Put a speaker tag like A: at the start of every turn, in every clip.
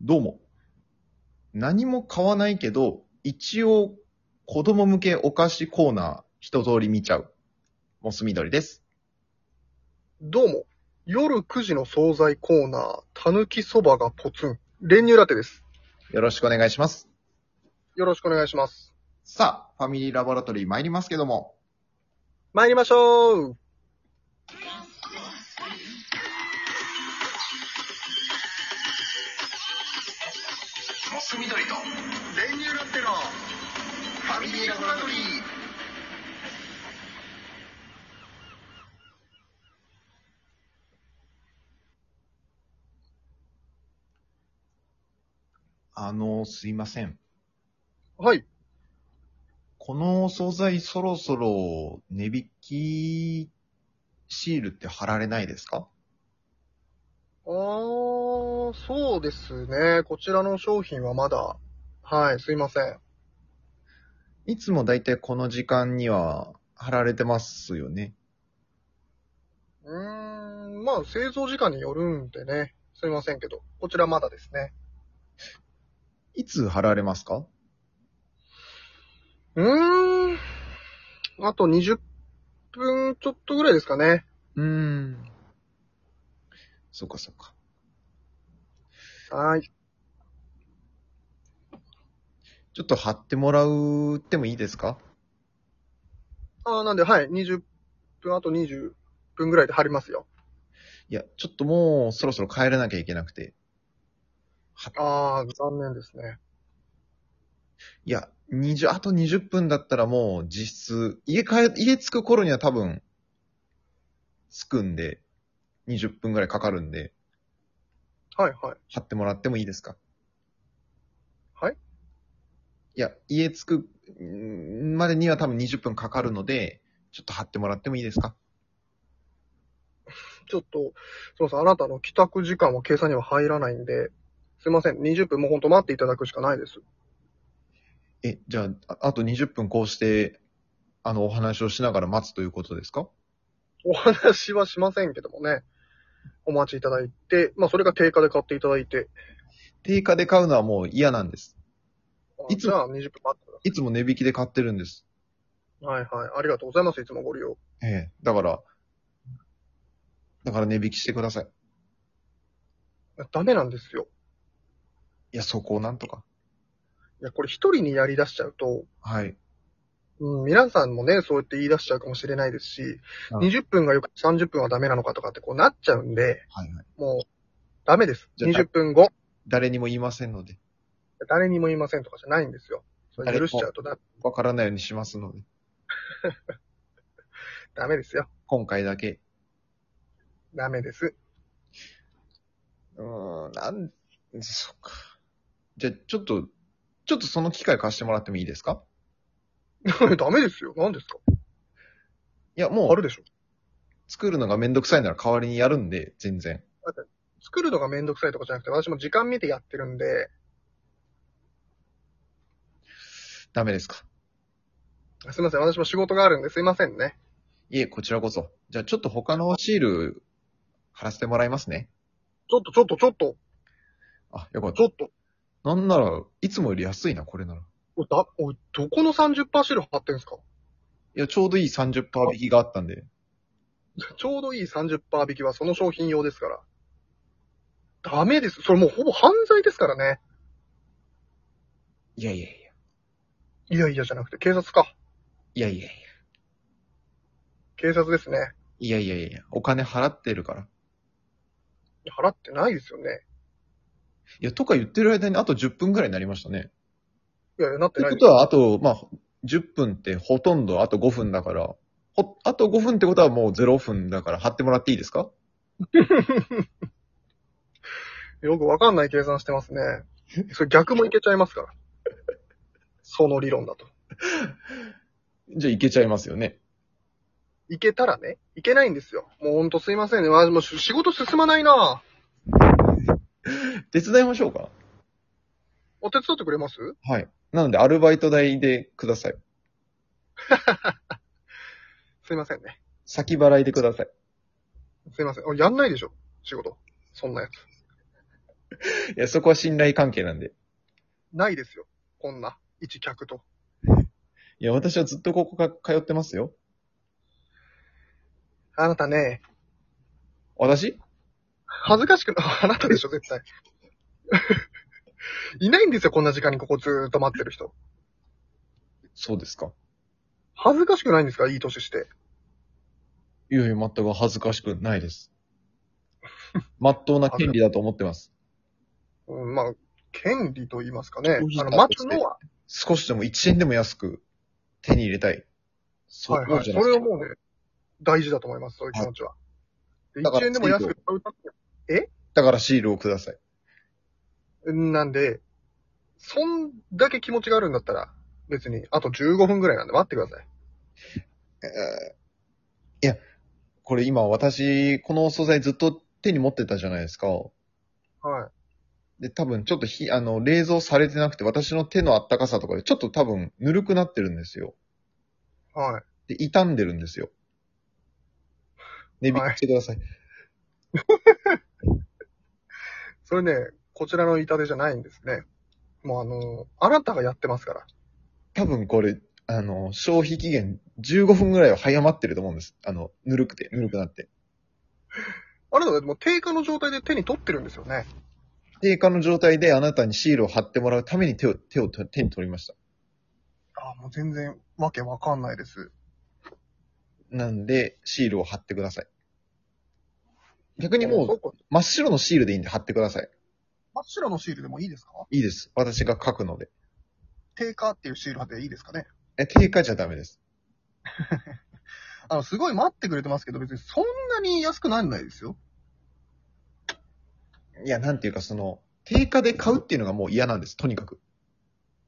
A: どうも。何も買わないけど、一応、子供向けお菓子コーナー、一通り見ちゃう。モス緑です。
B: どうも。夜9時の惣菜コーナー、たぬきそばがポツン。練乳ラテです。
A: よろしくお願いします。
B: よろしくお願いします。
A: さあ、ファミリーラボラトリー参りますけども。
B: 参りましょう
C: モス緑と練乳ラッテのファミリーラボラトリー。
A: あの、すいません。
B: はい。
A: このお惣菜そろそろ値引きシールって貼られないですか
B: あー、そうですね。こちらの商品はまだ。はい、すいません。
A: いつもだいたいこの時間には貼られてますよね。
B: うーん、まあ、製造時間によるんでね。すいませんけど、こちらまだですね。
A: いつ貼られますか
B: うーん、あと20分ちょっとぐらいですかね。
A: うーん。そっかそっか。
B: はい。
A: ちょっと貼ってもらうってもいいですか
B: あー、なんで、はい、20分、あと20分ぐらいで貼りますよ。
A: いや、ちょっともうそろそろ帰らなきゃいけなくて。
B: あー、残念ですね。
A: いや、20、あと20分だったらもう実質、家帰、家着く頃には多分、着くんで、20分ぐらいかかるんで、
B: はいはい。
A: 貼ってもらってもいいですか
B: はい
A: いや、家着くんまでには多分20分かかるので、ちょっと貼ってもらってもいいですか
B: ちょっと、すいません、あなたの帰宅時間は計算には入らないんで、すいません、20分もうほんと待っていただくしかないです。
A: え、じゃあ、ああと20分こうして、あの、お話をしながら待つということですか
B: お話はしませんけどもね、お待ちいただいて、まあそれが定価で買っていただいて、
A: 定価で買うのはもう嫌なんです。
B: あ
A: いつ
B: じゃあ20分待ってくだ
A: いつも値引きで買ってるんです。
B: さい。はいはい、ありがとうございます、いつもご利用。
A: ええ。だから、だから値引きしてください。
B: ダメなんですよ。
A: いや、そこをなんとか。
B: いや、これ一人にやり出しちゃうと、
A: はい。
B: うん、皆さんもね、そうやって言い出しちゃうかもしれないですし、
A: うん
B: 20分がよくて30分はダメなのかとかってこうなっちゃうんで、
A: はいはい。
B: もう、ダメです。
A: じゃあ
B: 20分後、
A: 誰にも言いませんので、
B: 誰にも言いませんとかじゃないんですよ。それ許しちゃうとダメ
A: わからないようにしますので、
B: ダメですよ。
A: 今回だけ。
B: ダメです。
A: うーん、なん、そっか。じゃあ、ちょっと、ちょっとその機会貸してもらってもいいですか
B: ダメですよ。何ですか
A: いや、も
B: あ
A: う
B: る、でしょ。
A: 作るのがめんどくさいなら代わりにやるんで、全然。
B: 作るのがめんどくさいとかじゃなくて、私も時間見てやってるんで、
A: ダメですか
B: すいません。私も仕事があるんですいませんね。
A: いえ、こちらこそ。じゃあちょっと他のシール貼らせてもらいますね。
B: ちょっとちょっとちょっと、
A: あ、よかっ
B: ち
A: た
B: ょっと。。
A: なんなら、いつもより安いな、これなら。い
B: おいだおい、どこの30%シール貼ってんすか
A: や、ちょうどいい30%引きがあったんで。
B: ちょうどいい30%引きはその商品用ですから。ダメです。それもうほぼ犯罪ですからね。
A: いやいやいや。
B: いやいやじゃなくて、警察か。
A: いやいやい
B: 警察ですね。
A: や。いやいやいや。お金払ってるから。
B: 払ってないですよね。
A: いや、とか言ってる間にあと10分ぐらいになりましたね。
B: いやいや、なっ
A: って
B: てない
A: こ
B: です
A: とは、あと、まあ、10分ってほとんどあと5分だから、ほ、あと5分ってことはもう0分だから貼ってもらっていいですか
B: よくわかんない計算してますね。それ逆もいけちゃいますから。その理論だと。
A: じゃあいけちゃいますよね。
B: いけたらね、いけないんですよ。もうほんとすいませんね。わもうし仕事進まないな
A: 手伝いましょうか
B: お手伝ってくれます
A: はい。なので、アルバイト代でください。
B: すいませんね。
A: 先払いでください。
B: すいません。おやんないでしょ。仕事。そんなやつ。
A: いや、そこは信頼関係なんで。
B: ないですよ。こんな、一客と。
A: いや、私はずっとここか通ってますよ。
B: あなたね、
A: 私
B: 恥ずかしくな、あなたでしょ、絶対。 いないんですよ、こんな時間にここずーっと待ってる人。
A: そうですか。
B: 恥ずかしくないんですかいい年して。
A: いやいや、全く恥ずかしくない です。まっとうな権利だと思ってます。
B: うん、まあ、権利と言いますかね
A: 消費。
B: あ
A: 者
B: の、
A: と
B: 待
A: し
B: つ
A: て
B: のは、
A: 少しでも1円でも安く手に入れたい。そう、
B: はいはい。
A: じ
B: そ
A: ゃない
B: れはもうね、大事だと思います、そういう気持ちは。で
A: だから
B: 1円でも安く買うた
A: だからシールをください。
B: めなんで、そんだけ気持ちがあるんだったら、別に、あと15分ぐらいなんで待ってください。
A: えーいや、これ今私、この素材ずっと手に持ってたじゃないですか。
B: はい。
A: で、多分ちょっとひ、あの、冷蔵されてなくて、私の手のあったかさとかで、ちょっと多分ぬるくなってるんですよ。
B: はい。
A: で、傷んでるんですよ。値引きしてください。
B: それね、こちらの痛手じゃないんですね。もうあの、あなたがやってますから。
A: 多分これ、あの、消費期限15分ぐらいは早まってると思うんです。あの、ぬるくて、ぬるくなって。
B: あなたはもう定価の状態で手に取ってるんですよね。
A: 定価の状態であなたにシールを貼ってもらうために手を、手を手に取りました。
B: ああ、もう全然わけわかんないです。
A: なんで、シールを貼ってください。逆にも、
B: そうこ
A: 真っ白のシールでいいんで貼ってください。
B: 真っ白のシールでもいいですか
A: いいです。私が書くので。
B: 定価っていうシールでいいですかね
A: え、定価じゃダメです。
B: あの、すごい待ってくれてますけど、別にそんなに安くなんないですよ。
A: いや、なんていうか、その、定価で買うっていうのがもう嫌なんです。とにかく。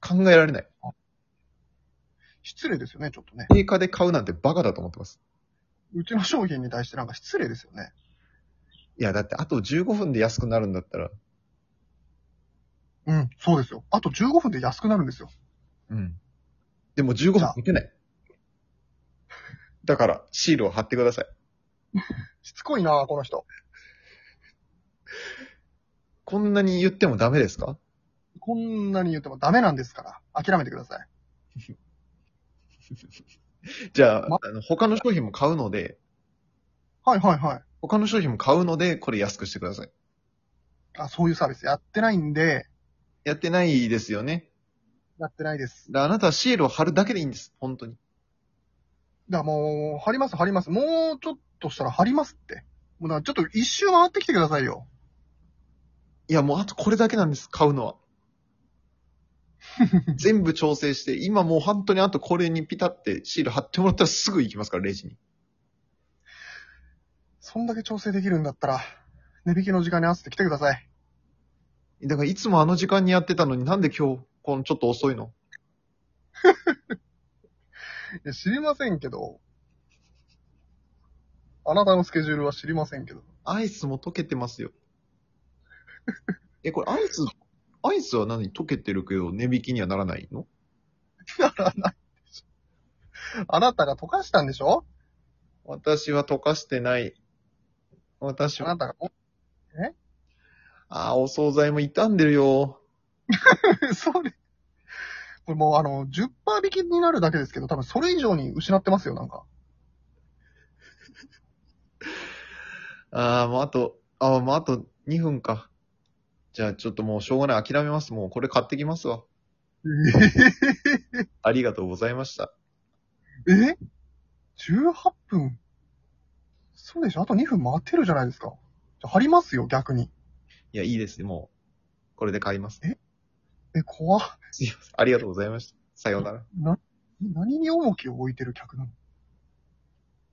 A: 考えられない。
B: 失礼ですよね、ちょっとね。
A: 定価で買うなんてバカだと思ってます。
B: うちの商品に対してなんか失礼ですよね。
A: いや、だってあと15分で安くなるんだったら、
B: うん、そうですよ。あと15分で安くなるんですよ。
A: うん。でも15分経てない。だから、シールを貼ってください。
B: しつこいなあこの人。
A: こんなに言ってもダメですか
B: こんなに言ってもダメなんですから。諦めてください。
A: じゃあ、
B: ま
A: あの他の商品も買うので、
B: はいはいはい。
A: 他の商品も買うので、これ安くしてください。
B: あ、そういうサービスやってないんで、
A: やってないですよね。
B: やってないです。
A: だあなたはシールを貼るだけでいいんです。本当に。
B: だからもう、貼ります貼ります。もうちょっとしたら貼りますって。もうだからちょっと一周回ってきてくださいよ。
A: いや、もうあとこれだけなんです。買う のは。全部調整して、今もう本当にあとこれにピタってシール貼ってもらったらすぐ行きますから、レジに。
B: そんだけ調整できるんだったら、値引きの時間に合わせて来てください。
A: だからいつもあの時間にやってたのになんで今日、このちょっと遅いの
B: いや、知りませんけど。あなたのスケジュールは知りませんけど。
A: アイスも溶けてますよ。え、これアイス、アイスは何溶けてるけど値引きにはならないの
B: あなたが溶かしたんでしょ
A: 私は溶かしてない。私
B: あ
A: は、
B: なたが、 お
A: ああ、お惣菜も傷んでるよ。
B: それ。これもうあの、10%引きになるだけですけど、多分それ以上に失ってますよ、なんか。
A: ああ、もうあと、ああ、もうあと2分か。じゃあちょっともうしょうがない。諦めます。もうこれ買ってきますわ。ありがとうございました。
B: ええ ?18 分そうでしょあと2分待ってるじゃないですか。じゃあ貼りますよ、逆に。
A: いや、いいです。もう、これで買います。
B: え、怖っ
A: すいません。ありがとうございました。さようなら。
B: な、何に重きを置いてる客なの